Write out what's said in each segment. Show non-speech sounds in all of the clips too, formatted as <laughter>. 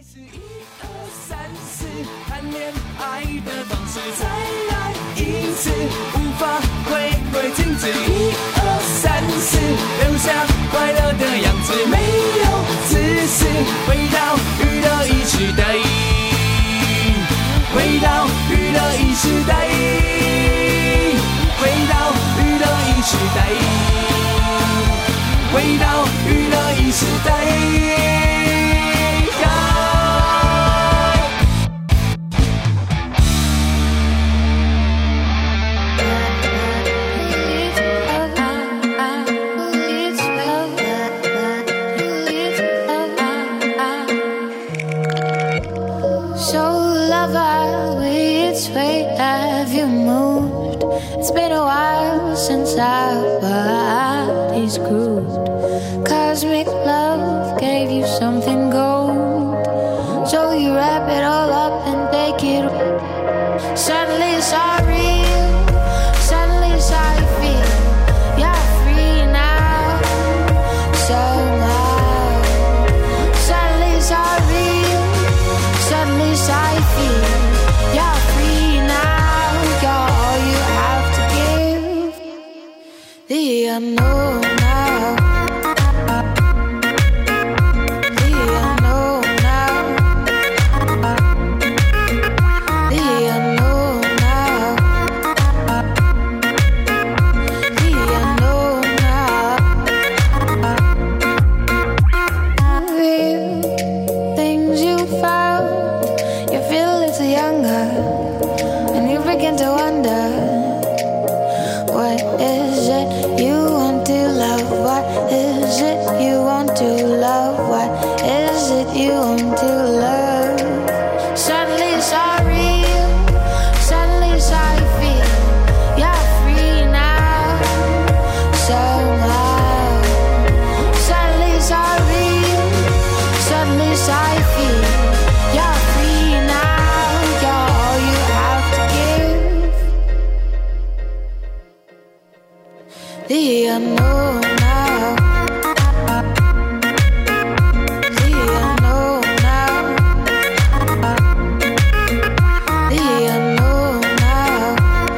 是一二三四，谈恋爱的方式，再来一次，无法回归静止。一二三四，留下快乐的样子，没有自私，回到娱乐一时代，回到娱乐一时代，回到娱乐一时代。回到娱乐一时代。 So lover, which way have you moved? It's been a while since our bodies grooved. Cosmic love gave you something gold. So you wrap it all up and take it. Suddenly it's all real. Suddenly it's all you feel. You're free now. Somehow. Suddenly it's all real. Suddenly it's all you feel. You're free now. You're all you have to give. The unknown now. The unknown now. The unknown now. The unknown now. Real things you found. You feel a little younger, and you begin to wonder. What is it you want to love? What is it you want to love? What is it you want to love? Suddenly it's all real. Suddenly it's all you feel. You're free now. Somehow. Suddenly it's all real. Suddenly it's all you feel. You're free now. You're all you have to give. The unknown now. The unknown now. The unknown now.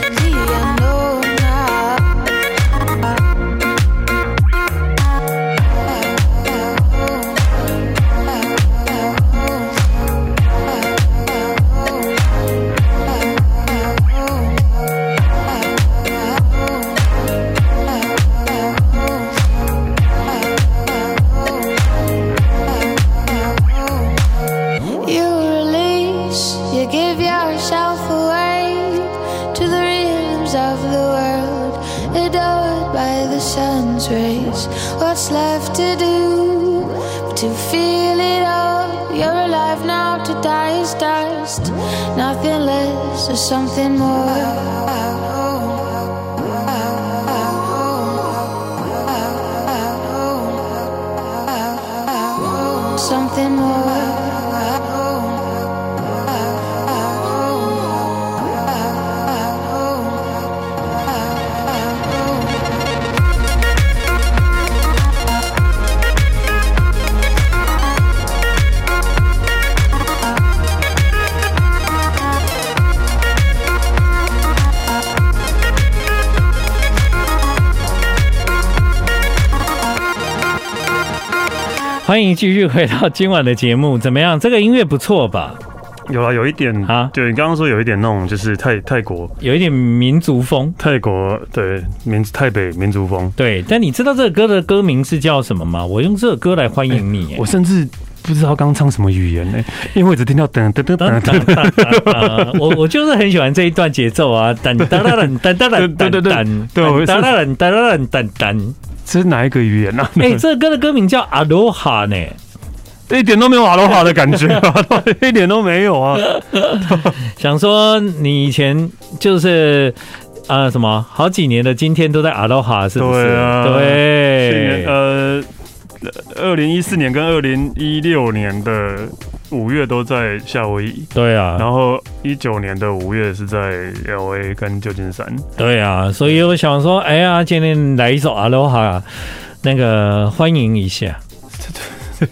The unknown You release, you give yourself away to the rhythms of the world, adored by the sun's rays. What's left to do? but To feel it all, you're alive now, to die is dust. Nothing less or something more. Something more. 欢迎继续回到今晚的节目，怎么样？这个音乐不错吧？有啊，有一点啊对你刚刚说有一点那种就是泰泰国有一点民族风。泰国对民泰北民族风，对，但你知道这个歌的歌名是叫什么吗？我用这个歌来欢迎你、我甚至不知道刚刚唱什么语言呢、欸因为我只听到噔噔噔当噔当噔，当当我我就是很喜欢这一段节奏啊，噔噔噔噔噔噔噔噔噔噔噔噔噔噔噔噔。这是哪一个语言啊？哎，这个歌的歌名叫《阿罗哈》呢。 <laughs> 一点都没有阿罗哈的感觉啊，一点都没有啊。想说你以前就是呃什么好几年的今天都在阿罗哈，是不是？对啊去对年，呃，二零一四年跟二零一六年的五月都在夏威夷，对啊，然后一九年的五月是在 L A 跟旧金山。 <laughs> 对啊，所以我想说，啊哎呀，今天来一首《阿罗哈》，那个欢迎一下。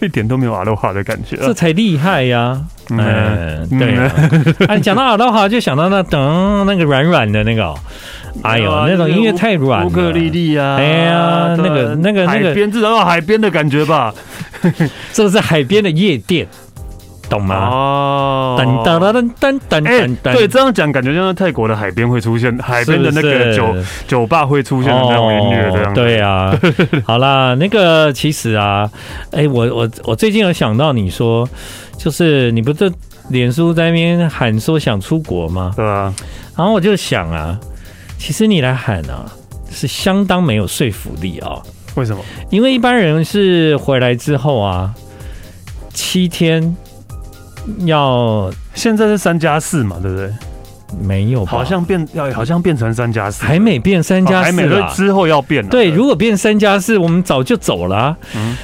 一点都没有阿罗哈的感觉啊。这才厉害呀！嗯嗯，对啊。 <laughs> 啊，你讲到阿罗哈，就想到那噔那个软软的那个哦，哎呦，那种音乐太软了。啊乌克丽丽啊，哎呀对那个那个海那个边至少有海边的感觉吧？这个是海边的夜店，懂吗？哦啊噔噔噔噔噔噔哎、噔噔，对，这样讲感觉像是泰国的海边会出现，海边的是那不个是酒酒吧会出现的那种音乐这样、哦。对啊， <laughs> 好啦，那个其实啊，哎、我我我最近有想到你说，就是你不是脸书在那边喊说想出国吗？对啊，然后我就想啊，其实你来喊啊，是相当没有说服力哦，为什么？因为一般人是回来之后啊，七天要现在是三加四嘛，对不对？没有吧，好像变要好像变成三加四，哦还没变三加还四啊没，所啦以。之后要变了。对，如果变三加四，我们早就走了啊、嗯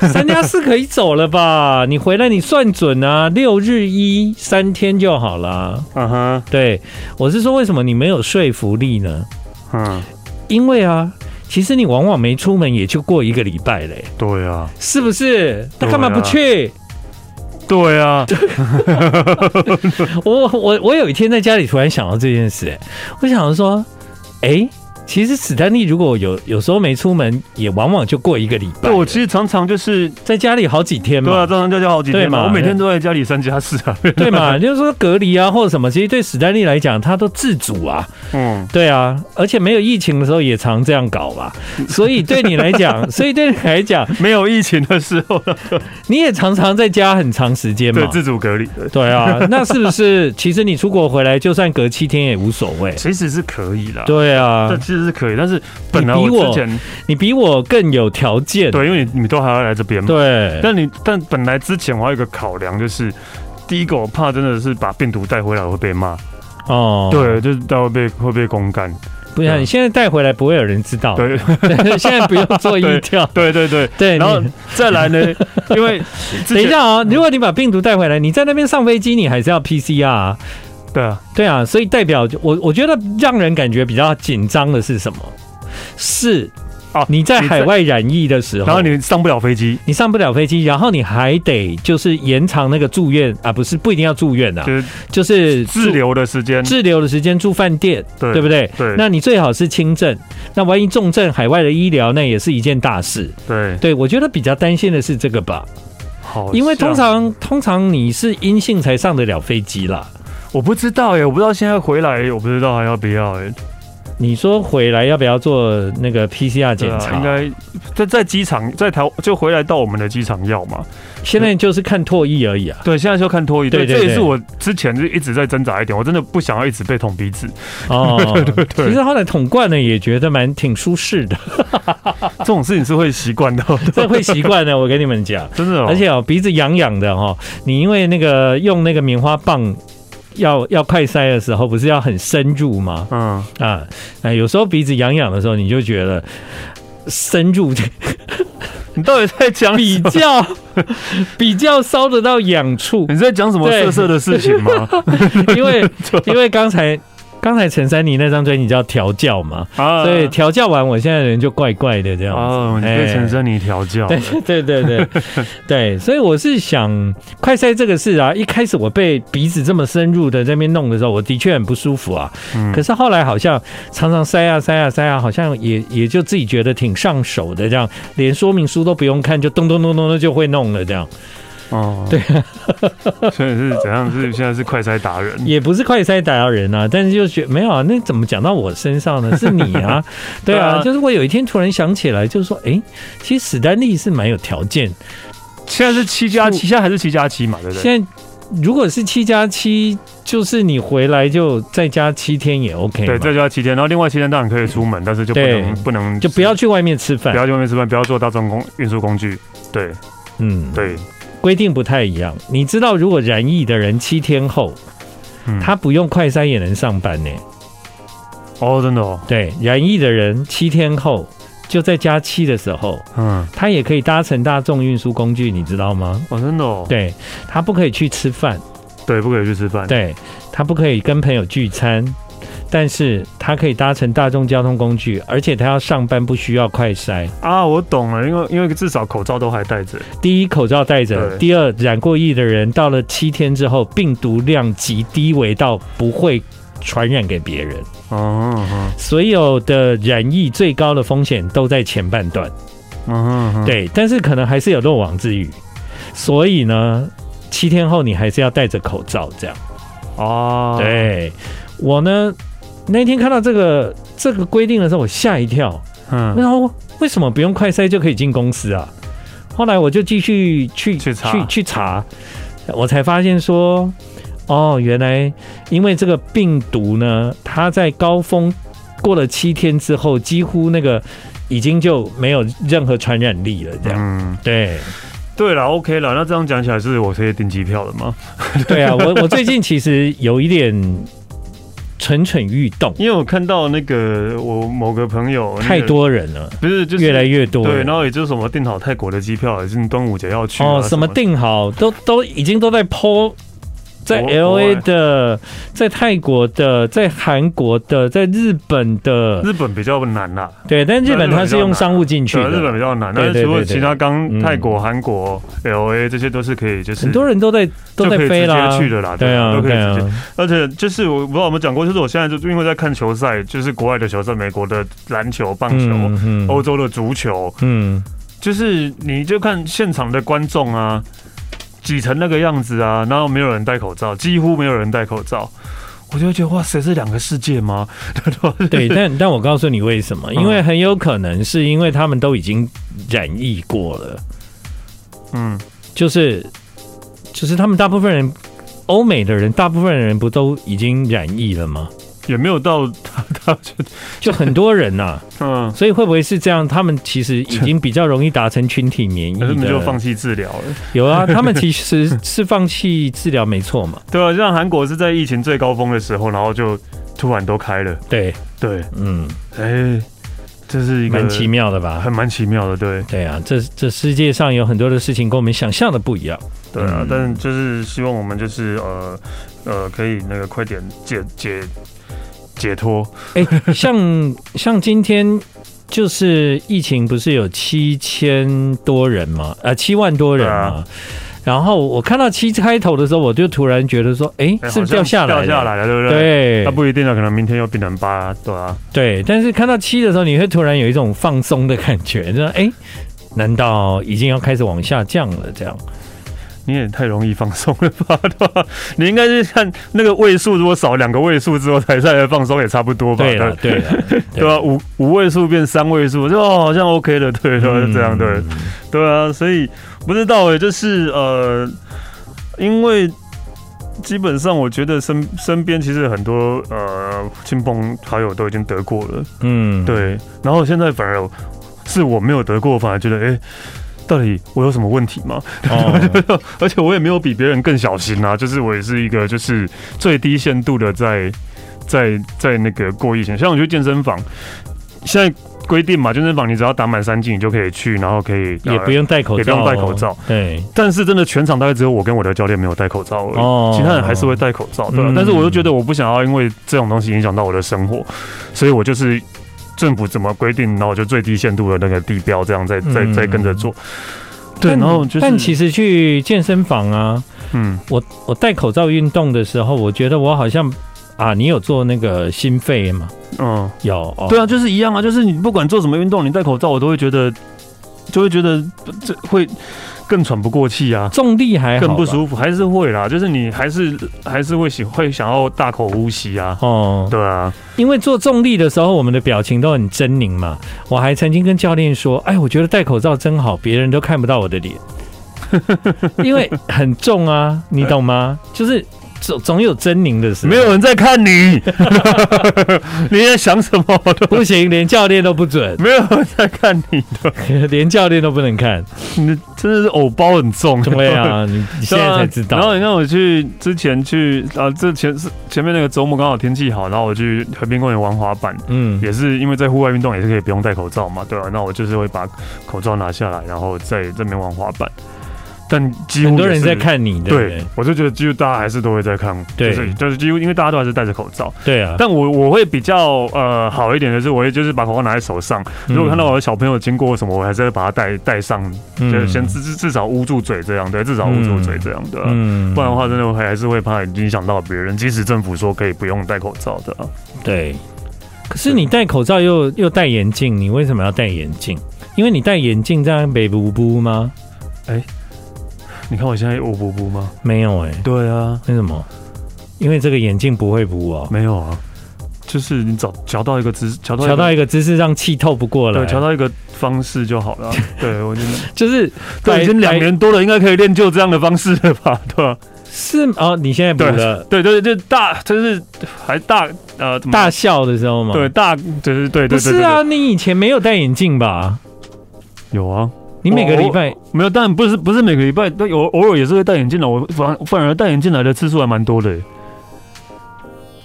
三加四可以走了吧？ <laughs> 你回来你算准啊，六日一三天就好啦。嗯哼，对，我是说为什么你没有说服力呢？嗯，因为啊，其实你往往没出门也就过一个礼拜嘞、对啊，是不是？那干嘛不对啊去？对啊，我我我有一天在家里突然想到这件事、欸，我想说，哎、其实史丹利如果有有时候没出门，也往往就过一个礼拜对，，啊我其实常常就是在家里好几天嘛。对啊，常常就就好几嗯对天嘛嘛，我每天都在家里三加四啊。 <laughs> 对嘛？就是说隔离啊，或者什么，其实对史丹利来讲，他都自主啊，嗯，对啊，而且没有疫情的时候也常这样搞吧。所以对你来 <laughs> 讲，所以对你来讲，没有疫情的时 <laughs> 候，你也常常在家很长时间对嘛。自主隔离，对对啊，那是不是？其实你出国回来，就算隔七天也无所谓。其实是可以啦。对啊这，其实是可以，但是本来你我比我之前你比我更有条件。对，因为你你都还要来这边嘛，对但你但本来之前我还有一个考量，就是第一个我怕真的是把病毒带回来我会被骂，哦，，对，就是到会被会被公干，不然你现在带回来不会有人知道。对 <laughs> <laughs> 现在不用做医调。对对对。对，然后哎你再来 <laughs> 呢，因为之前等一，下啊、如果你把病毒带回来，你在那边上飞机，你还是要 PCR 啊、对啊，对啊，所以代表我我觉得让人感觉比较紧张的是什么？是哦你在海，外染疫的时候，然后你上不了飞机，你上不了飞机，然后你还得就是延长那个住院啊，不是不一定要住院啊，就是就是住滞留的时间，滞留的时间住饭店，对对不对？对那你最好是轻症，那万一重症，海外的医疗那也是一件大事。对，对我觉得比较担心的是这个吧，好像，因为通常通常你是阴性才上得了飞机啦。我不知道哎，我不知道现在回来，我不知道还要不要哎，你说回来要不要做那个 PCR 检对啊查？应该在在机场，在台就回来到我们的机场要嘛，现在就是看唾液而已 <laughs> 啊。对，现在就看脱衣。对对对，这也是对我之前就一直在挣扎一点，我真的不想要一直被捅鼻子。哦，其实后来捅惯了也觉得蛮挺舒适的， <laughs> 这种事情是会习惯的， <laughs> 这会习惯的。我跟你们讲，真的、哦。而且哦，鼻子痒痒的哦，你因为那个用那个棉花棒。要要快塞的时候，不是要很深入吗？嗯，啊，啊，有时候鼻子痒痒的时候，你就觉得深入 <laughs> 你到底在讲比什么？较 <laughs> 比较烧得到痒处，你在讲什么对色色的事情吗？ <laughs> 因为啊因为刚才刚才陈珊妮那张专辑叫《调教》嘛，啊所以调教完，我现在人就怪怪的这样子。哦，你哎被陈生你调教了， <laughs> 对对 <laughs> 对对，所以我是想快塞这个事啊，一开始我被鼻子这么深入的在那边弄的时候，我的确很不舒服啊。嗯可是后来好像常常塞啊塞啊塞啊，好像也也就自己觉得挺上手的，这样连说明书都不用看，就咚咚咚咚咚就会弄了，这样 <laughs> 哦，对，所以是怎样？是现在是快筛达人，也不是快塞打到人啊，但是就觉没有啊，那怎么讲到我身上呢？是你 <laughs> 啊，对对啊，啊就是我有一天突然想起来，就是说，诶，其实史丹利是蛮有条件现在是七加七，现在还是七加七嘛，对不对？现在如果是七加七，就是你回来就再加七天也 OK 对，嘛，再加七天，然后另外七天当然可以出门，但是就不对能不能就不要去外面吃不饭，要去外面吃饭，不要坐大众工运输工具。对嗯，对，规定不太一样。你知道，如果染疫的人七天后，嗯他不用快筛也能上班呢、哦，真的哦，对，染疫的人七天后就在加七的时候，嗯，他也可以搭乘大众运输工具，你知道吗？哦，真的哦，对他不可以去吃饭，对，不可以去吃饭。对他不可以跟朋友聚餐，但是它可以搭乘大众交通工具，而且它要上班不需要快筛。啊，我懂了，因为因为至少口罩都还戴着，第一，口罩戴着；对第二，染过疫的人到了七天之后，病毒量极低，微到不会传染给别人。嗯哼哼所有的染疫最高的风险都在前半段，嗯哼哼，对，但是可能还是有漏网之鱼，所以呢，七天后你还是要戴着口罩这样。哦，，对我呢，那天看到这个这个规定的时候，我吓一跳，嗯，然后为什么不用快筛就可以进公司啊？后来我就继续去去查去去查，我才发现说，哦，原来因为这个病毒呢，它在高峰过了七天之后，几乎那个已经就没有任何传染力了，这样。嗯，对对了，OK 了，那这样讲起来是我可以订机票了吗？对啊，我我最近其实有一点蠢蠢欲 <laughs> 动，因为我看到那个我某个朋友、那个太，多人了，不是就是越来越多了。对，然后也就是什么订好泰国的机票，也是端午节要去、啊、哦，什么的定好都都已经都在 PO，在国 L 国 A 外啊的，在泰国的，在韩国的，在日本的，日本比较难啦、对，但日本日本它是用商务进去啊对，日本的，比较难。对但对是除了对对其他刚嗯泰国、韩国、L A 这些都是可以，就是很多人都在都就在可以飞啦直接，去的啦，对啊，都可以对直接。啊，而且就是我不知道有没有讲过，就是我现在就因为在看球赛，就是国外的球赛，美国的篮球、棒球。嗯欧洲的足球，嗯，就是你就看现场的观众啊，挤成那个样子啊，然后没有人戴口罩，几乎没有人戴口罩，我就会觉得哇塞，是两个世界吗？ <laughs> 对，但但我告诉你为什么，因嗯为很有可能是因为他们都已经染疫过了，嗯，就是就是他们大部分人。欧美的人，大部分人不都已经染疫了吗？也没有到 <laughs> 他他就就很多人呐、啊 <laughs> 嗯，所以会不会是这样？他们其实已经比较容易达成群体免疫可是你就的放。弃治疗了。有啊，他们其实是放弃治疗，没错嘛。对啊，像韩国是在疫情最高峰的时候，然后就突然都开了。对，对，嗯，哎、这是一个蛮奇妙的吧？很蛮奇妙的，对对啊，这这世界上有很多的事情跟我们想象的不一 <laughs> 样。对啊。嗯但就是希望我们就是呃呃，可以那个快点解解解脱。哎，像像今天就是疫情不是有七千多人嘛？呃，七万多人啊嘛。然后我看到七开头的时候，我就突然觉得说，哎，哎是好不像是掉下来了？掉下来了，对不对？对，那不一定啊，可能明天又变成八，对啊，对，但是看到七的时候，你会突然有一种放松的感觉，就说哎，难道已经要开始往下降了？这样你也太容易放松了吧？ <laughs> 对吧？你应该是看那个位数，如果少两个位数之后才再来放松，也差不多吧？对啊了，对 <laughs> 了，对啊吧、五五位数变三位数，就哦好像 OK 了，对，对，就这样，对，对啊，所以不知道诶、欸就是呃，因为基本上我觉得身身边其实很多呃亲朋好友都已经得过了，嗯，对，然后现在反而是我没有得过，反而觉得哎。诶到底我有什么问题吗？ <laughs> 哦，而且我也没有比别人更小心啊，就是我也是一个就是最低限度的在在在那个过疫情，像我去健身房，现在规定嘛，健身房你只要打满三剂你就可以去，然后可以也不用。用戴口罩，也不用戴口罩，对，但是真的全场大概只有我跟我的教练没有戴口罩而已，哦其他人还是会戴口罩，对、啊嗯但是我就觉得我不想要因为这种东西影响到我的生活，所以我就是政府怎么规定，然后我就最低限度的那个地标这样在在嗯在跟着做。对，但然后就是，但其实去健身房啊，嗯，我我戴口罩运动的时候，我觉得我好像啊，你有做那个心肺吗？嗯，有，哦、对啊，就是一样啊，就是你不管做什么运动，你戴口罩，我都会觉得，就会觉得这会更喘不过气啊，重力还好吧，更不舒服，还是会啦，就是你还是还是会喜会想要大口呼吸啊。哦，对啊，因为做重力的时候，我们的表情都很狰狞嘛。我还曾经跟教练说：“哎，我觉得戴口罩真好，别人都看不到我的脸， <laughs> 因为很重啊，你懂吗？就是总总有狰狞的时候，没有人在看你， <laughs> 你在想什么？不行，连教练都不准， <laughs> 没有人在看你的，连教练都不能看。你真的是偶包很重。对 <laughs> 啊，你你现在才知对啊然道后，你看我去之前去啊，这前是前面那个周末刚好天气好，然后我去河滨公园玩滑板，嗯，也是因为在户外运动也是可以不用戴口罩嘛，对啊，那我就是会把口罩拿下来，然后在这边玩滑板。但几乎很多也人是在。看你，对不对对？，我就觉得几乎大家还是都会在看，对就是就是几乎因为大家都还是戴着口罩，对啊，但我我会比较呃好一点的是，我会就是把口罩拿在手上，如果看到我的小朋友经过什么，我还是会把它戴戴上，嗯就是先至至至少捂住嘴这样，对，至少捂住嘴这样的、啊，嗯不然的话真的还还是会怕影响到别人，即使政府说可以不用戴口罩的、啊，对。可是你戴口罩又又戴眼镜，你为什么要戴眼镜？因为你戴眼镜这样美不不吗？你看我现在捂不捂吗？没有哎、对啊，为什么？因为这个眼镜不会补哦，没有啊，就是你找调到一个姿，调到一调个到一个姿势让气透不过来，对，调到一个方式 <laughs> 就好了啊。对我已经就是呃对白已经两白年多了，应该可以练就这样的方式了 <laughs> 吧？对吧、是哦，你现在补了对，就是就是大，就是还大呃怎么大笑的时候吗？对，大就是对对对不对是啊，你以前没有戴眼镜吧？对有啊，你每个礼拜我没有，但不是不是每个礼拜，但有偶尔也是会戴眼镜的。我反反而戴眼镜来的次数还蛮多的，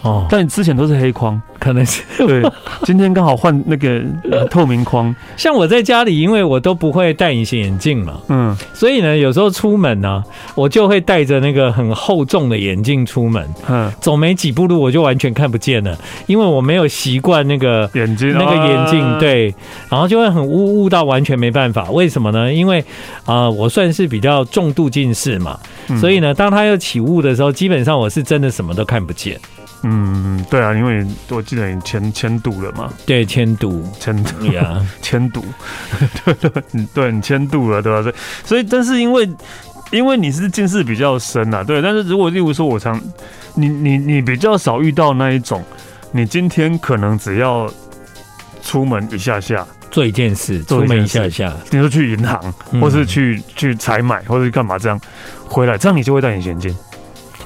哦，但之前都是黑框，可能是 <laughs> 对，今天刚好换那个呃透明框，像我在家里，因为我都不会戴隐形眼镜嘛，嗯，所以呢，有时候出门呢、我就会戴着那个很厚重的眼镜出门，嗯，走没几步路我就完全看不见了，因为我没有习惯那个眼睛那个眼镜，，啊对，然后就会很污污到完全没办法。为什么呢？因为啊、呃我算是比较重度近视嘛，嗯所以呢，当它要起雾的时候，基本上我是真的什么都看不见。嗯，对啊，因为我记得你签签度了嘛，对，千度签 <laughs> 度呀，迁都，对对，你对你迁都了，对吧？所以所以，但是因为因为你是近视比较深啊，对。但是如果例如说，我常你你你比较少遇到那一种，你今天可能只要出门一下下，做一件事，做出一件门一事下下，你说去银行，嗯或是去去采买，或是干嘛这样回来，这样你就会戴隐形眼镜。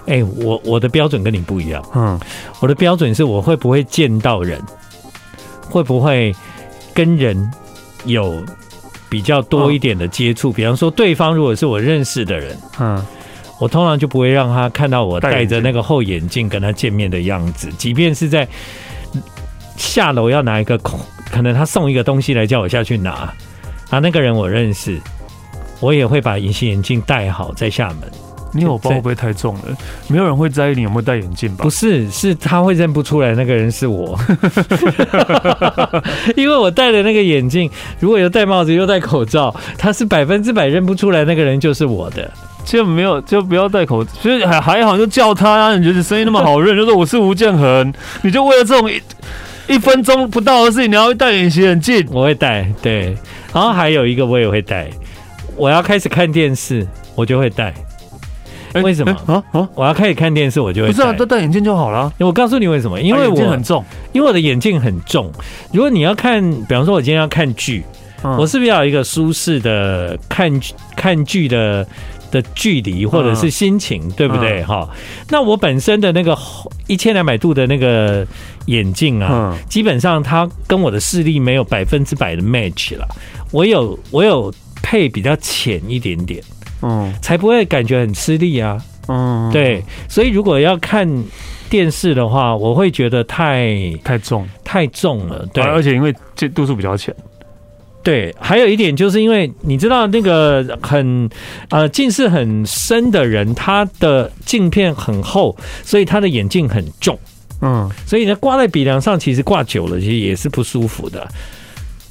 哎、我我的标准跟你不一样。嗯，我的标准是我会不会见到人，会不会跟人有比较嗯多一点的接触。比方说，对方如果是我认识的人，嗯，我通常就不会让他看到我戴眼戴镜着那个厚眼镜跟他见面的样子，即便是在嗯下楼要拿一个空，可能他送一个东西来叫我下去拿，啊，那个人我认识。我也会把隐形眼镜戴好再下门，你有包对会不会太重了？没有人会在意你有没有戴眼镜吧？不是，是他会认不出来那个人是我， <laughs> 因为我戴了那个眼镜，如果有戴帽子又戴口罩，他是百分之百认不出来那个人就是我的。就没有就不要戴口罩，其实还还好，就叫他、啊，你觉得声音那么好认，就说我是吴建衡，你就为了这种一一分钟不到的事情，你要戴隐形眼镜，我会戴，对，然后还有一个我也会戴，我要开始看电视，我就会戴。哎 <laughs> 为什么哎啊啊？我要开始看电视，我就会不是戴啊，。戴戴眼镜就好了，我告诉你为什么？因啊为眼我镜很重，因为我的眼镜很重。如果你要看，比方说，我今天要看剧，嗯我是不是要有一个舒适的看剧看剧的的距离，或者是心情，对不嗯对？哈、那我本身的那个一千两百度的那个眼镜啊，嗯基本上它跟我的视力没有百分之百的 match 了。我有我有配比较浅一点点，嗯才不会感觉很吃力啊。嗯，，对，所以如果要看电视的话，我会觉得太太重，太重了。对，对，哦而且因为这度数比较浅，对，还有一点就是因为你知道那个很呃近视很深的人，他的镜片很厚，所以他的眼镜很重，嗯，所以呢挂在鼻梁上，其实挂久了其实也是不舒服的。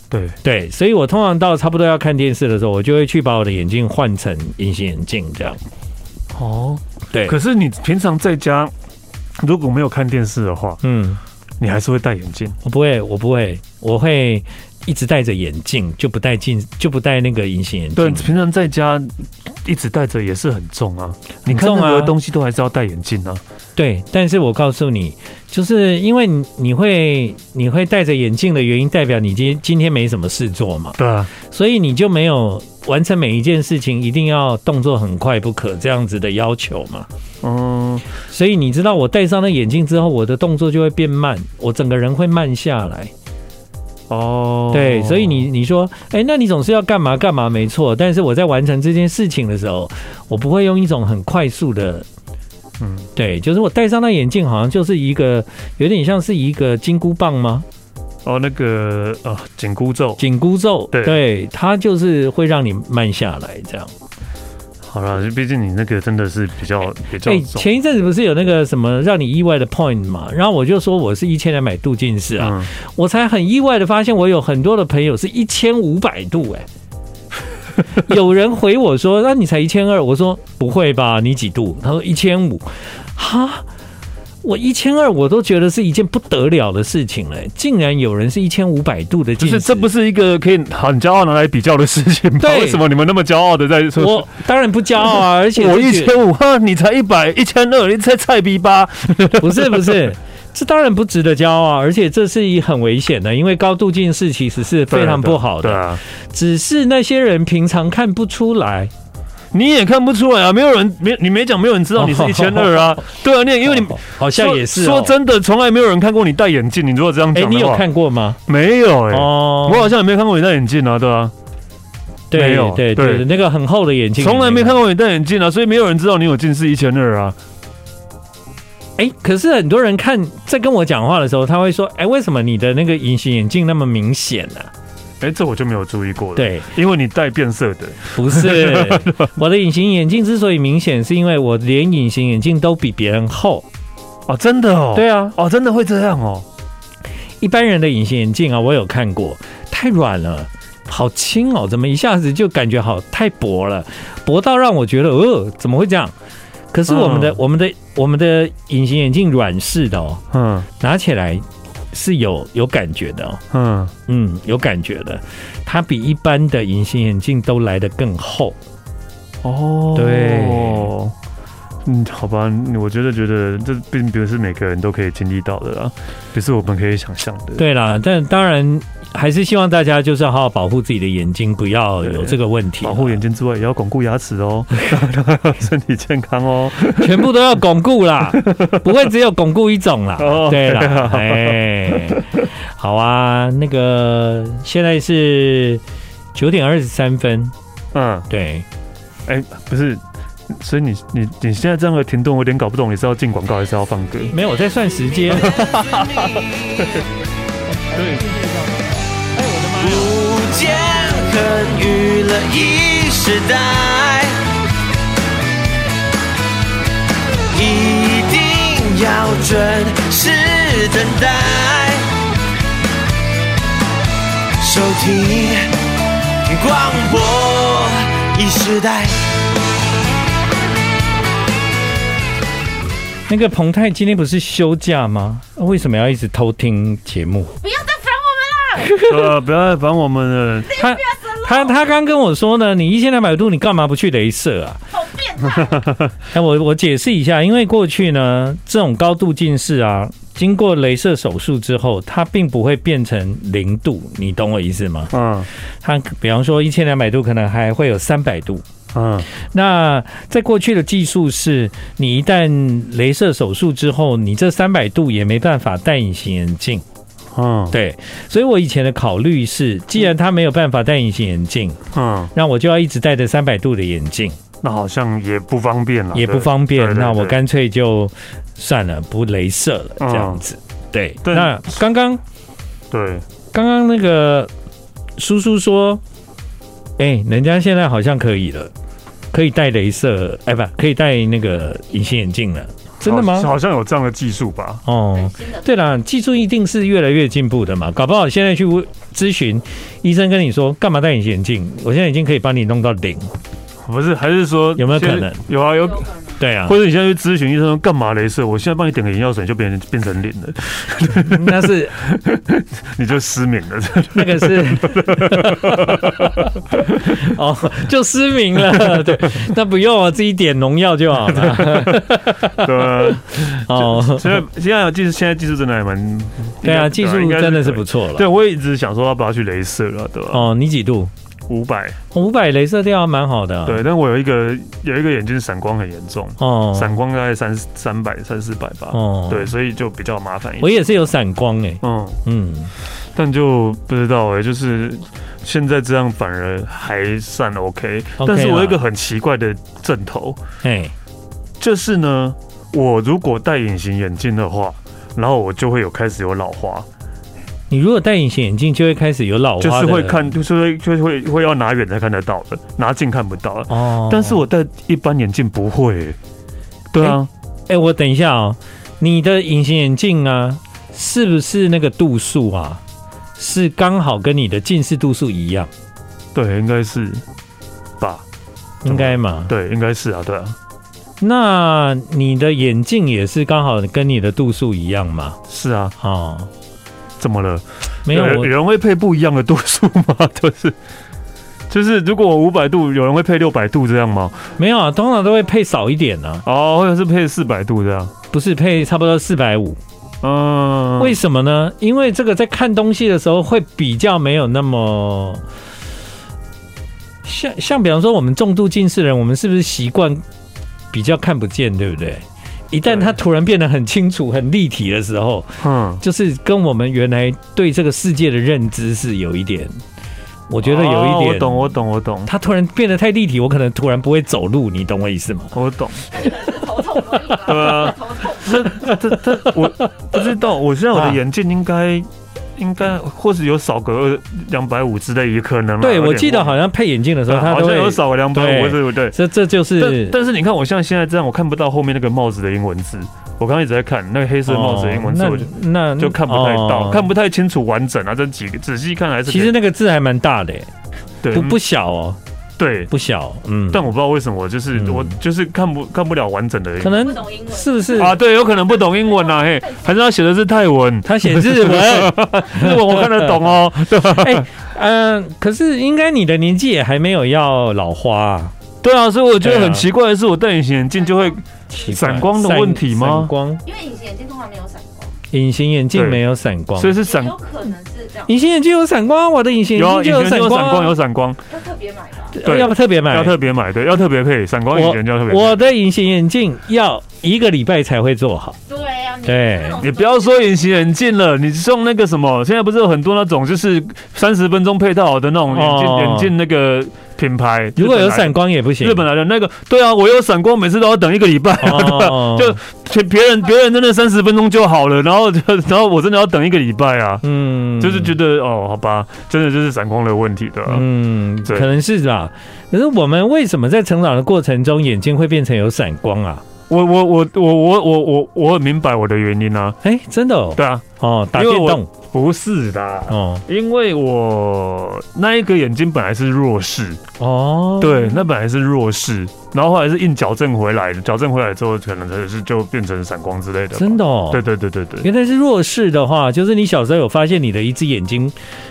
对，对，所以我通常到差不多要看电视的时候，我就会去把我的眼镜换成隐形眼镜这样。哦，对，可是你平常在家如果没有看电视的话，嗯，你还是会戴眼镜，我不会，我不会，我会一直戴着眼镜，就不戴镜，就不戴那个隐形眼镜。对，平常在家一直戴着也是很重啊，你看很重啊任何东西都还是要戴眼镜啊。对，但是我告诉你，就是因为你你会你会戴着眼镜的原因，代表你今今天没什么事做嘛，对啊，所以你就没有完成每一件事情一定要动作很快不可这样子的要求嘛。嗯，所以你知道，我戴上那眼镜之后，我的动作就会变慢，我整个人会慢下来。哦，对，所以你你说，哎、那你总是要干嘛干嘛，没错。但是我在完成这件事情的时候，我不会用一种很快速的，嗯嗯，对，就是我戴上那眼镜，好像就是一个有点像是一个金箍棒吗？哦那个啊紧箍咒紧箍咒，对它就是会让你慢下来，这样。好了，毕竟你那个真的是比较比较哎、重。前一阵子不是有那个什么让你意外的 point 嘛？然后我就说我是一千两百度近视啊，嗯，我才很意外的发现，我有很多的朋友是一千五百度 <laughs> 哎、有人回我说：“那你才一千二。”我说：“不会吧，你几度？”他说：“一千五。”哈，我一千二我都觉得是一件不得了的事情了、竟然有人是一千五百度的就近视，是这不是是一个可以很骄傲拿来比较的事情吗？对为什么你们那么骄傲的在说？我当然不骄傲啊，而 <laughs> 且我一就觉得千五，哈，你才一百，一千二，你才菜逼吧？不是不是，这当然不值得骄傲啊，而且这是一很危险的，因为高度近视其实是 <laughs> 非常不好对的。啊，只是那些人平常看不出来，你也看不出来啊，没有人没你没讲，没有人知道你是一千二啊。对啊，你也因为你哦好像也是、说说，真的，从来没有人看过你戴眼镜。你如果这样哎、讲的话，你有看过吗？没有？哎，哦我，好像也没看过你戴眼镜啊，对啊，没对有对对对，那个很厚的眼镜，从来没看。过你戴眼镜啊，所以没有人知道你有近视一千二啊。哎、可是很多人看在跟我讲话的时候，他会说：“哎、为什么你的那个隐形眼镜那么明显呢、哎，这我就没有注意过了。，对，因为你戴变色的。不是 <laughs> 我的隐形眼镜之所以明显，是因为我连隐形眼镜都比别人厚。哦，真的哦。对啊，哦，真的会这样哦。一般人的隐形眼镜啊，我有看过，太软了。好轻哦，怎么一下子就感觉好太薄了，薄到让我觉得呃，怎么会这样？可是我们的、嗯我们的我们的隐形眼镜软式的哦，嗯拿起来是有有感觉的哦，嗯，嗯，有感觉的，它比一般的隐形眼镜都来得更厚。哦，对。嗯，好吧，我觉得觉得这并不是每个人都可以经历到的啦，不是我们可以想象的。对啦，但当然还是希望大家就是好好保护自己的眼睛，不要有这个问题啦。保护眼睛之外，也要巩固牙 <laughs> 齿哦， <laughs> 身体健康哦。全部都要巩固啦，不会只有巩固一种啦哦。对对啦啊，哎，好啊，那个现在是九点二十三分，嗯，对，哎、不是，所以你你你现在这样的停顿，我有点搞不懂，你是要进广告还是要放 <laughs> 歌？没有我在算时间。哎，对，我的妈呀！不见恨娱乐一时代，一定要准时等待，收听广播一时代。那个彭泰今天不是休假吗？为什么要一直偷听节目？不要再烦我们了，呃，不要再烦我们了。他他他刚跟我说呢，你一千两百度，你干嘛不去镭射啊？好变态！ <laughs> 哎，我我解释一下，因为过去呢，这种高度近视啊，经过镭射手术之后，它并不会变成零度，你懂我意思吗？嗯它比方说一千两百度，可能还会有三百度。嗯那在过去的技术是，你一旦镭射手术之后，你这三百度也没办法戴隐形眼镜。嗯，对，所以我以前的考虑是，既然它没有办法戴隐形眼镜，嗯，那我就要一直戴着三百度的眼镜。那好像也不方便了，也不方便，啊对对对那我干脆就算了，不镭射了，嗯这样子。对，对那刚刚对，刚刚那个叔叔说，哎、人家现在好像可以了，可以戴镭射，哎、不，可以戴那个隐形眼镜了，真的好吗？好像有这样的技术吧？哦，新的对啦，技术一定是越来越进步的嘛，搞不好现在去问咨询医生跟你说干嘛戴隐形眼镜，我现在已经可以帮你弄到零，不是，还是说有没有可能现在？有啊，有有。可能对啊或，者你现在去咨询医生说干嘛镭射？我现在帮你点个眼药水，你就变成变成零了，那是你就失明了。 <laughs> 那个是，哦，就失明了。对，那不用啊，自己点农药就好了。对啊，哦，现在现在技术现在技术真的还蛮对啊，技术应该真的是可以不错对，了。我也一直想说要不要去镭射了，对吧？哦，你几度？五百，五百镭射掉还蛮好的啊。对，但我有一个有一个眼睛闪光很严重，哦闪光大概三三百三四百吧，哦，对，，所以就比较麻烦一我点。也是有散光哎。嗯，嗯，但就不知道哎、就是现在这样反而还算 OK，, OK 啊但是我有一个啦很奇怪的症头，哎，就是呢，我如果戴隐形眼镜的话，然后我就会有开始有老花，你如果戴隐形眼镜，就会开始有老花就的，是会看，就是会就是会会要拿远才看得到的，拿近看不到。哦。但是我戴一般眼镜不会、对啊，哎、我等一下哦，你的隐形眼镜啊，是不是那个度数啊，是刚好跟你的近视度数一样？对，应该是吧？应该嘛？对，应该是啊，对啊，那你的眼镜也是刚好跟你的度数一样嘛？是啊，哦，怎么了？没有人我，人会配不一样的度数吗？ <laughs> 就是就是，如果我五百度，有人会配六百度这样吗？没有啊，通常都会配少一点啊，哦，或者是配四百度这样？不是配差不多四百五。嗯，为什么呢？因为这个在看东西的时候会比较没有那么。像像比方说，我们重度近视人，我们是不是习惯比较看不见，对不对？一旦对它突然变得很清楚、很立体的时候，嗯，就是跟我们原来对这个世界的认知是有一点，我觉得有一哦点。我懂，我懂，我懂，它突然变得太立体，我可能突然不会走路，你懂我意思吗？我懂。头痛容易吗？对啊，头痛。这这这，我不知道。我现在我的眼镜应该应该，或是有少个两百五之类，也可能啦。啊对，有点我记得好像配眼镜的时候，忘了啊它好都像有会。少个两百五，对对不对？这这就是但但是你看，我像现在这样，我看不到后面那个帽子的英文字。我刚刚一直在看那个黑色帽子的英文字，我就哦、那那就看不太到，哦看不太清楚完整啊。这几个仔细看还是可以其实那个字还蛮大的耶，对不不小哦，对，不小，嗯，但我不知道为什么，就是嗯我就是看不看不了完整的英可文不能懂英文，是不是啊。对，有可能不懂英 <laughs> 文啊，嘿，还是他写的是泰文，他写日文？ <laughs> 日文我看得懂哦。哎，嗯，可是应该你的年纪也还没有要老花、啊， <laughs> 对啊，所以我觉得对啊很奇怪的是，我戴隐形眼镜就会奇怪散光的问题吗散散光，因为隐形眼镜通常没有闪光，隐形眼镜对没有散光所，以是也闪有可能是这样，隐形眼镜有散光啊，我的隐形眼有镜就隐形眼镜散有光闪光哎啊、有闪光，要特别买吧。对要不特别买要。特别买对，要特别配闪光隐形眼镜要特别配。我的隐形眼镜要一个礼拜才会做好，对呀，你对那种你不要说隐形眼镜了，你送那个什么，现在不是有很多那种就是三十分钟配套好的那种眼镜、哦眼镜那个品牌，如果有日本来散光也不行。日本来的那个，对啊，我有闪光，每次都要等一个礼拜。哦 <laughs> 就别别人别人真的三十分钟就好了，然后 <laughs> 就然后我真的要等一个礼拜啊，嗯就是觉得哦，好吧，真的就是闪光的问题的啊、嗯，对可能是吧。可是我们为什么在成长的过程中，眼睛会变成有闪光啊？我我我我我我我我很明白我的原因啊，哎、真的哦，对啊，哦，打因电为我动不是的。哦因为我那一个眼睛本来是弱视，哦，对，那本来是弱视，然后后来是硬矫正回来的，矫正回来之后可能就是就变成闪光之类的。真的哦，对对对对对。原来是弱视的话，就是你小时候有发现你的一只眼睛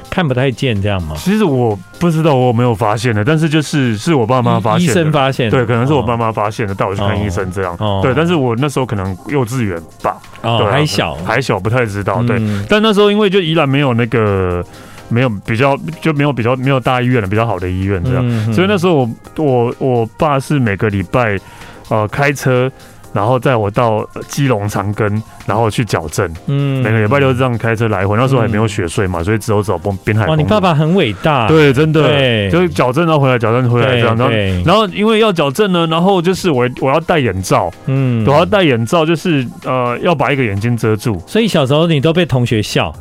看不太见这样吗？其实我不知道我有没有发现的，但是就是是我爸妈发医现医的，生发现的，哦对，可能是我爸妈妈发现的，带我去看医生这样。哦对，但是我那时候可能幼稚园吧，哦对啊还小，还小，不太知道。对，嗯但那时候因为就宜兰没有那个没有比较就没有比较没有大医院了，比较好的医院这样，嗯所以那候时候我我我爸是每个礼拜呃开车。然后载我到呃基隆长庚，然后去矫正，嗯每个礼拜都是这样开车来回。那时候还没有雪隧嘛，所以只有走滨滨海哇，公哦你路。爸爸很伟大，啊对，真的，对，就是矫正，然后回来，矫正回来这样。然后，对，然后因为要矫正呢，然后就是我我要戴眼罩，嗯我要戴眼罩，就是呃要把一个眼睛遮住，所以小时候你都被同学笑，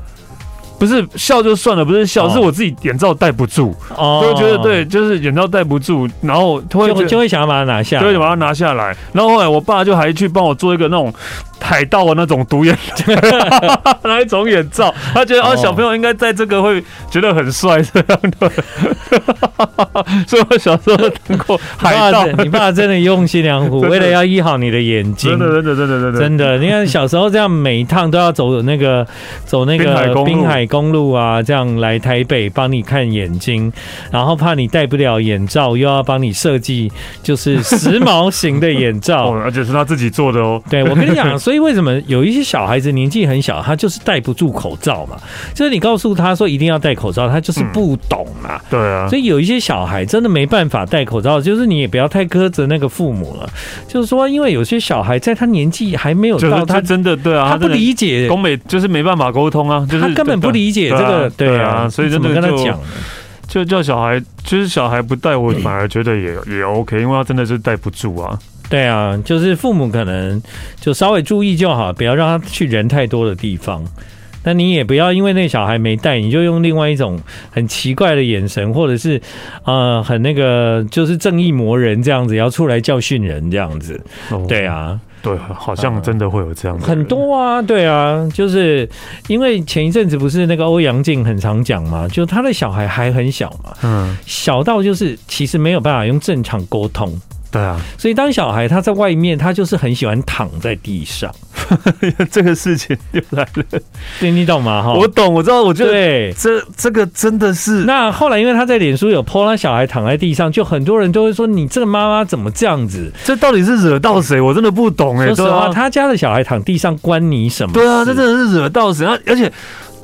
不是笑就算了，不是笑，哦是我自己眼罩戴不住，哦就会觉得对，，就是眼罩戴不住，然后会就会就就会想要把它拿下来，会把它拿下来。然后后来我爸就还去帮我做一个那种。海盗的那种独眼 <laughs> 那一种眼罩，他觉得哦，哦小朋友应该戴这个会觉得很帅这样的， <laughs> 所以我小时候当过海盗，你爸你爸真的用心良苦， <laughs> 真的为了要医好你的眼睛真。的真的真的真的真的，你看小时候这样每一趟都要走那个走那滨海个公路滨海公路啊，这样来台北帮你看眼睛，然后怕你戴不了眼罩，又要帮你设计就是时髦型的眼罩 <laughs> 哦，。而且是他自己做的 <laughs> 哦。对，我跟你讲，所以为什么有一些小孩子年纪很小，他就是戴不住口罩嘛？就是你告诉他说一定要戴口罩，他就是不懂嘛。对啊，所以有一些小孩真的没办法戴口罩，就是你也不要太苛责那个父母了。就是说，因为有些小孩在他年纪还没有就是到他他，真的对啊，他不真的理解，公美就是没办法沟通啊，就是他根本不理解这对啊个，对啊所以你怎么真跟的他就讲呢？就叫小孩，就是小孩不带，我反而觉得也也 OK，因为他真的是带不住啊。对啊，就是父母可能就稍微注意就好，不要让他去人太多的地方。那你也不要因为那小孩没带，你就用另外一种很奇怪的眼神，或者是呃很那个就是正义魔人这样子，要出来教训人这样子。哦对，啊，对，好像真的会有这样的人很多啊，对啊，就是因为前一阵子不是那个欧阳靖很常讲嘛，就他的小孩还很小嘛，嗯，小到就是其实没有办法用正常沟通，对啊，所以当小孩他在外面，他就是很喜欢躺在地上， <laughs> 这个事情又来了。对你懂吗？哈，我懂，我知道，我觉得对。这这个真的是那后来，因为他在脸书有 po 他小孩躺在地上，就很多人都会说：“你这个妈妈怎么这样子这到底是惹到谁？我真的不懂？”哎、说实对话，啊，他家的小孩躺地上关你什么事？对啊，这真的是惹到谁？他而且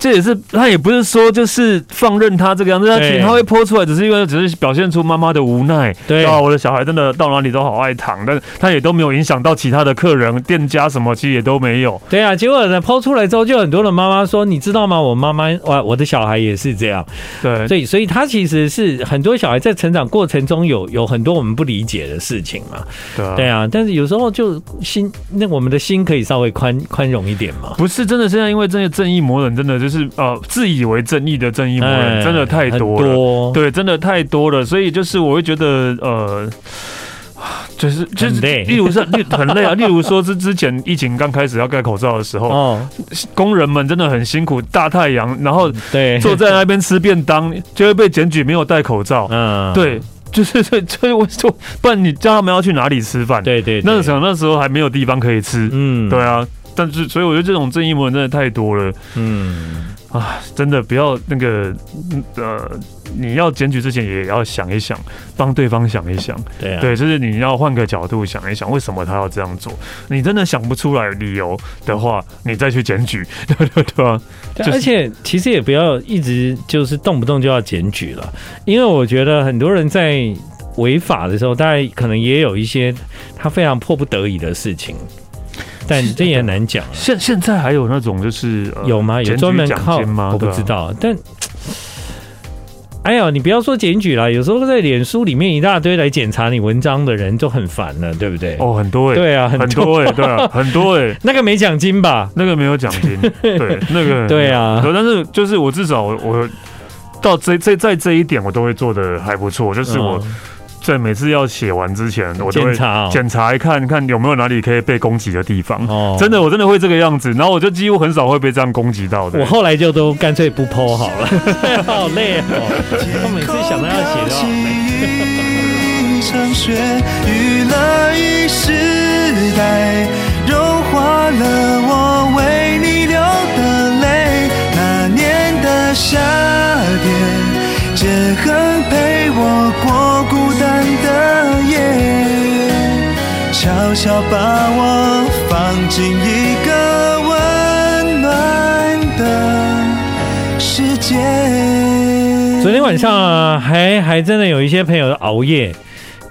这也是他也不是说就是放任他这个样子，他其对实他会泼出来，只是因为只是表现出妈妈的无奈。对啊，我的小孩真的到哪里都好爱躺，但他也都没有影响到其他的客人、店家什么，其实也都没有。对啊，结果呢，抛出来之后，就很多的妈妈说：“你知道吗？我妈妈，我我的小孩也是这样。”对，所以，所以他其实是很多小孩在成长过程中有有很多我们不理解的事情嘛。对啊对啊，但是有时候就心，那我们的心可以稍微宽宽容一点嘛。不是真的，现在因为这些正义魔人，真的就是呃自以为正义的正义魔人，哎真的太多很了。多对，真的太多了，所以就是我会觉得呃。就是就是，很累例如说， <laughs> 例很累啊。例如说，之之前疫情刚开始要戴口罩的时候，哦，工人们真的很辛苦，大太阳，然后 <laughs> <laughs> 对，坐在那边吃便当，就会被检举没有戴口罩。嗯，对，就是 <laughs> 这这我就不然你叫他们要去哪里吃饭？，对对，对那时候那时候还没有地方可以吃。嗯，对，啊，但是所以我觉得这种正义魔人真的太多了。嗯，啊，真的不要那个，嗯呃，你要检举之前也要想一想，帮对方想一想，对啊，对，就是你要换个角度想一想，为什么他要这样做？你真的想不出来理由的话，你再去检举， <laughs> 对对对啊，对就是而且其实也不要一直就是动不动就要检举了，因为我觉得很多人在违法的时候，大家可能也有一些他非常迫不得已的事情，但这也很难讲啊。现现在还有那种就是、呃有吗？有检举专门奖靠金吗？我不对啊知，道，但。哎呀，你不要说检举啦，有时候在脸书里面一大堆来检查你文章的人就很烦了，对不对？哦，很多哎、对啊，很很多多哎、对啊，很多哎、那个没奖金吧？那个没有奖 <laughs> 金，对，那个对啊对但是就是我至少我我到这这在这一点我都会做的还不错，就是我。嗯在每次要写完之前，我都检会查哦检查一看看有没有哪里可以被攻击的地方。哦真的，我真的会这个样子，然后我就几乎很少会被这样攻击到的。我后来就都干脆不剖好 <laughs> 了，好累哦。我每次想到要写都好累。一场雪雨了一时代，融化了我为你流的泪。那年的夏天，结痕陪我过孤单的夜，悄悄把我放进一个温暖的世界。昨天晚上啊，还还真的有一些朋友熬夜，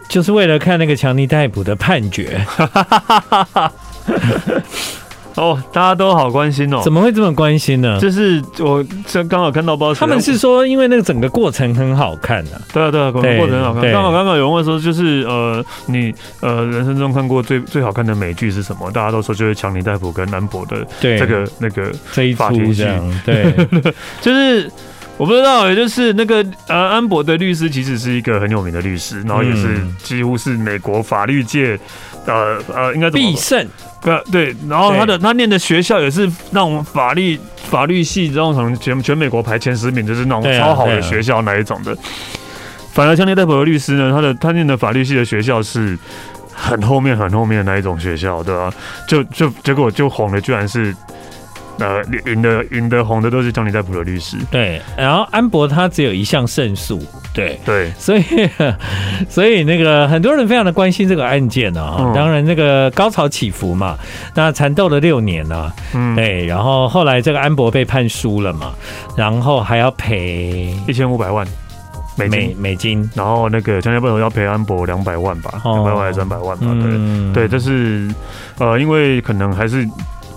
就是为了看那个强尼逮捕的判决。哦，大家都好关心哦。怎么会这么关心呢？就是我这刚好看到包，他们是说，因为那个整个过程很好看啊。对啊对啊，过对过得很好看。对刚好刚好有人问说，就是呃，你呃人生中看过最最好看的美剧是什么？大家都说就是强尼戴普跟兰博的对，这个那个这一法庭出 <laughs> 戏这样，对就是我不知道，也欸就是那个呃，安博的律师其实是一个很有名的律师，然后也是嗯几乎是美国法律界，呃呃，应该怎么必胜。呃对，然后他的他念的学校也是那种法律法律系，然后可能全全美国排前十名，就是那种对啊超好对的啊学校那一种的。反而像那戴普的律师呢，他的他念的法律系的学校是很后面很后面的那一种学校，对吧、啊就就结果就红的居然是。呃，赢的赢的红的都是强尼戴普的律师，对，然后安博他只有一项胜诉，对。对，所以， <laughs> 所以那个很多人非常的关心这个案件呢、啊。嗯当然，那个高潮起伏嘛，那缠斗了六年啊，嗯，对。然后后来这个安博被判输了嘛，然后还要赔一千五百万美美金，美金，然后那个江家笨头要赔安博两百万吧，哦两百、万还是三百万吧？嗯，对对，这是呃，因为可能还是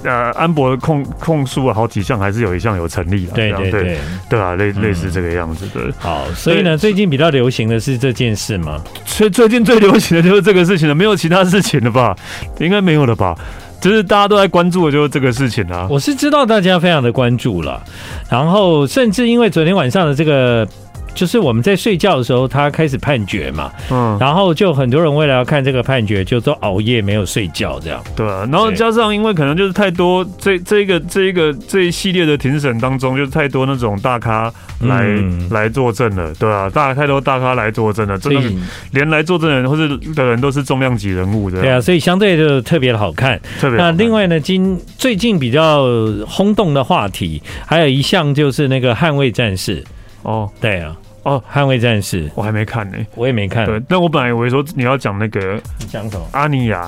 呃，安博控控诉了好几项，还是有一项有成立的，对这样对对，对啊，类嗯类似这个样子的。好。所以呢，最近比较流行的是这件事嘛，所以最近最流行的就是这个事情了，没有其他事情了吧？应该没有了吧？就是大家都在关注的就是这个事情啊。我是知道大家非常的关注了，然后甚至因为昨天晚上的这个，就是我们在睡觉的时候，他开始判决嘛，嗯，然后就很多人为了要看这个判决，就都熬夜没有睡觉这样。对啊，然后对加上因为可能就是太多这这一个这一个这一系列的庭审当中，就是太多那种大咖来、嗯来作证了，对啊，大太多大咖来作证了，所真的以，连来作证的人或是的人都是重量级人物的，对啊，所以相对就特别的好看。特别好那看。另外呢，今最近比较轰动的话题，还有一项就是那个《捍卫战士》。哦，对啊，哦， 《捍卫战士》我还没看呢、我也没看。对，但我本来以为说你要讲那个？你讲什么阿尼亚，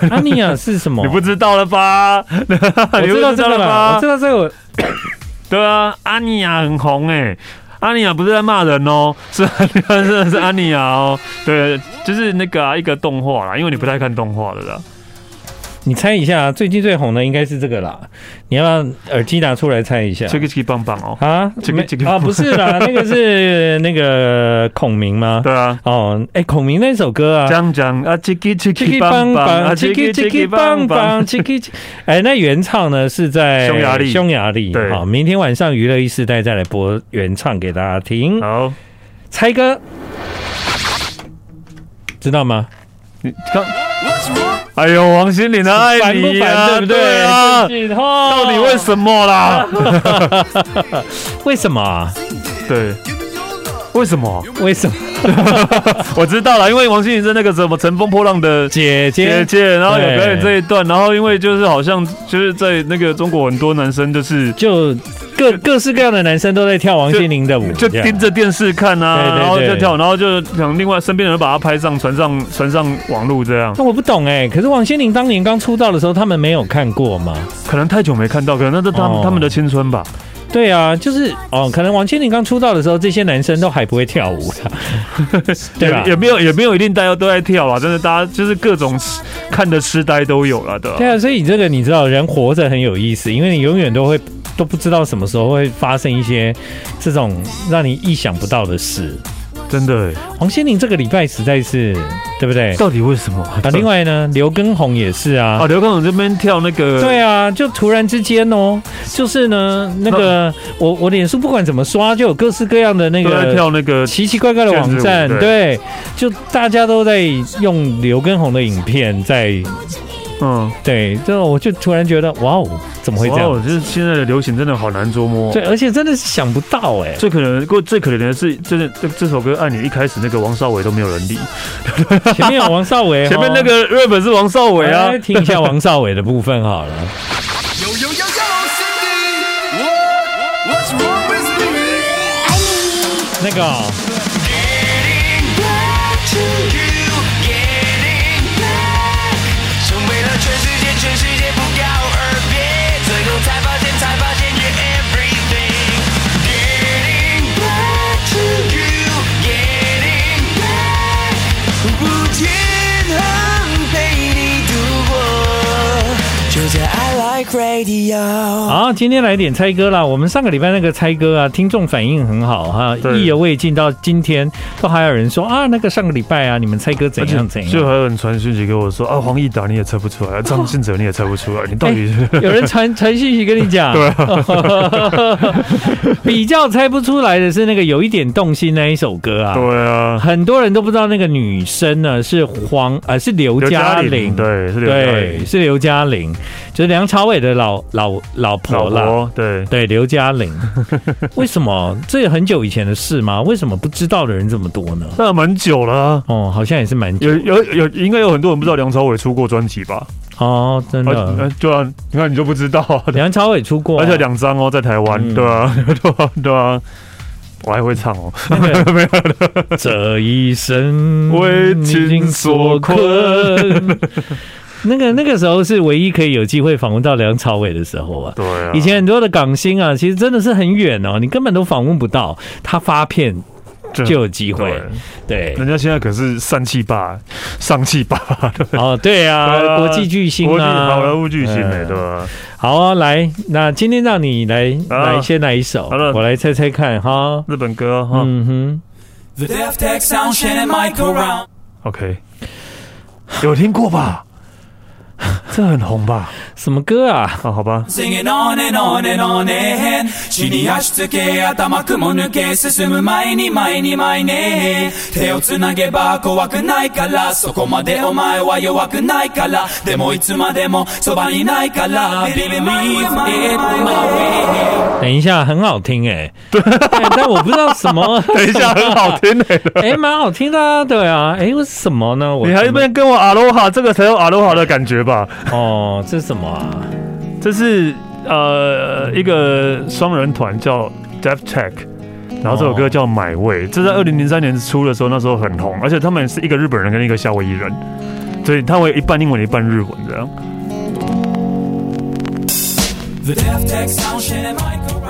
哦阿尼亚是什么？ <laughs> 你不知道了吧？我 <laughs> 我知道这个啦，我知道这个我。对啊，阿尼亚很红哎、阿尼亚不是在骂人哦， <laughs> 是真的是阿尼亚哦，对，就是那个、啊、一个动画啦，因为你不太看动画的啦。你猜一下，最近最红的应该是这个啦。你要不要耳机拿出来猜一下这个这个棒棒哦，啊？这个没这个啊，不是 <laughs> 啦，那个是那个孔明吗？对啊，哦，哎，孔明那首歌啊。讲讲啊，这个这叽个叽棒棒棒啊，棒，这叽个叽这叽个叽棒棒棒，棒， <laughs> 叽叽叽。哎，那原唱呢是在匈牙利匈牙利。对好，明天晚上娱乐一时代再来播原唱给大家听。好，猜歌，知道吗？你看，哎呦，王心凌的爱烦不你烦？啊，对不对对啊？，到到底为什么啦？为什么啊？对，为什么？为什么？我知道了，因为王心凌是那个什么《乘风破浪》的姐姐，姐姐，然后有对表演这一段，然后因为就是好像就是在那个中国很多男生就是就各各式各样的男生都在跳王心凌的舞，就这样盯着电视看对啊，对然后就对跳，然后就想另外身边的人把它拍上传上传上网络这样，那我不懂哎、可是王心凌当年刚出道的时候，他们没有看过吗？可能太久没看到，可能那是他们哦他们的青春吧。对啊，就是哦，可能王心凌刚出道的时候，这些男生都还不会跳舞 <laughs> 的，对啊吧也？也没有也没有一定大家都在跳啊，真的大家就是各种痴看的痴呆都有了，对吧对？啊，所以这个你知道，人活着很有意思，因为你永远都会都不知道什么时候会发生一些这种让你意想不到的事。真的欸，王心凌这个礼拜实在是，对不对？到底为什么？啊，另外呢，刘畊宏也是啊啊，。刘康勇这边跳那个，对啊，就突然之间哦，就是呢，那个我我脸书不管怎么刷，就有各式各样的那哦都在个跳那 <laughs> 个奇奇怪怪的网站毽子，舞对，就大家都在用刘畊宏的影片在嗯。对，这我就突然觉得哇哦，怎么会这样？哦，就是现在的流行真的好难捉摸。哦对，而且真的是想不到 <laughs> 哎、最可能，过最可怜的是，真的这这首歌《爱你》一开始那个王少伟都没有人理，前面有王少伟哦，前面那个日本是王少伟啊哎，听一下 <laughs> 王少伟的部分好了。 Yo yo yo yo, Cindy, what what's wrong with me? 那个哦、 Getting back to you, getting back，成为了全世界，全世界不告而别，最后才发现，才发现 you're everything。Getting back to you, getting back，不天能陪你度过，就在 I like radio。好，今天来点猜歌啦。我们上个礼拜那个猜歌啊，听众反应很好哈，对意犹未尽，到今天都还有人说啊，那个上个礼拜啊，你们猜歌而怎且样怎就样。还有人传讯息给我说啊，黄义达你也猜不出来，张信哲你也猜不出来，你到底是？ <laughs> 有人传传讯息跟你讲，对啊 <laughs> 比较猜不出来的是那个有一点动心那一首歌啊， <laughs> 对啊，很多人都不知道那个女生呢是黄啊、是刘刘嘉玲，对，是刘嘉对，玲，是刘嘉玲，就是梁朝伟的老老老老婆啦，婆，对，对，刘嘉 <laughs> 玲，为什么这也很久以前的事吗？为什么不知道的人这么多呢？那蛮久了啊。哦，好像也是蛮久有有有，应该有很多人不知道梁朝伟出过专辑吧？哦，真而的。呃对啊，你看你就不知道啊，梁朝伟出过啊、而且两张哦，在台湾，嗯对啊， <laughs> 对啊，对啊，我还会唱哦。那个 <laughs> 这一生为情所困。 <laughs> 那个那个时候是唯一可以有机会访问到梁朝伟的时候啊。对啊，以前很多的港星啊，其实真的是很远哦，你根本都访问不到，他发片就就有机会对，对。人家现在可是上气霸，上气霸，哦，对 <laughs> 对啊，啊国际巨星国际啊，好莱坞巨星哎，嗯对吧？好啊，来，那今天让你来啊来先来一首，好了我来猜猜看哈。日本歌哈嗯 The Def Tech Sound Shannon Michael Round。 ，OK，有听过吧？这很红吧？什么歌啊？啊，好吧， Singing on and on and on and 地に足つけ頭雲抜け進む前に前に前ね手をつなげば怖くないからそこまでお前は弱くないからでもいつまでもそばにないから Believe it my way 等一下，很好听哎、对， <laughs> 但我不知道什么。 <laughs> 等一下，很好听诶、哎、蛮好听的、啊，对啊。哎、为什么呢？我你还一怎么边跟我阿罗哈，这个才有阿罗哈的感觉吧？哦，这是什么啊？这是呃一个双人团叫 Def Tech。然后这首歌叫《买位》，这在二零零三年出的时候，那时候很红，而且他们是一个日本人跟一个夏威夷人，所以他会一半英文一半日文这样。 The Def Tech Sound 现在 Michael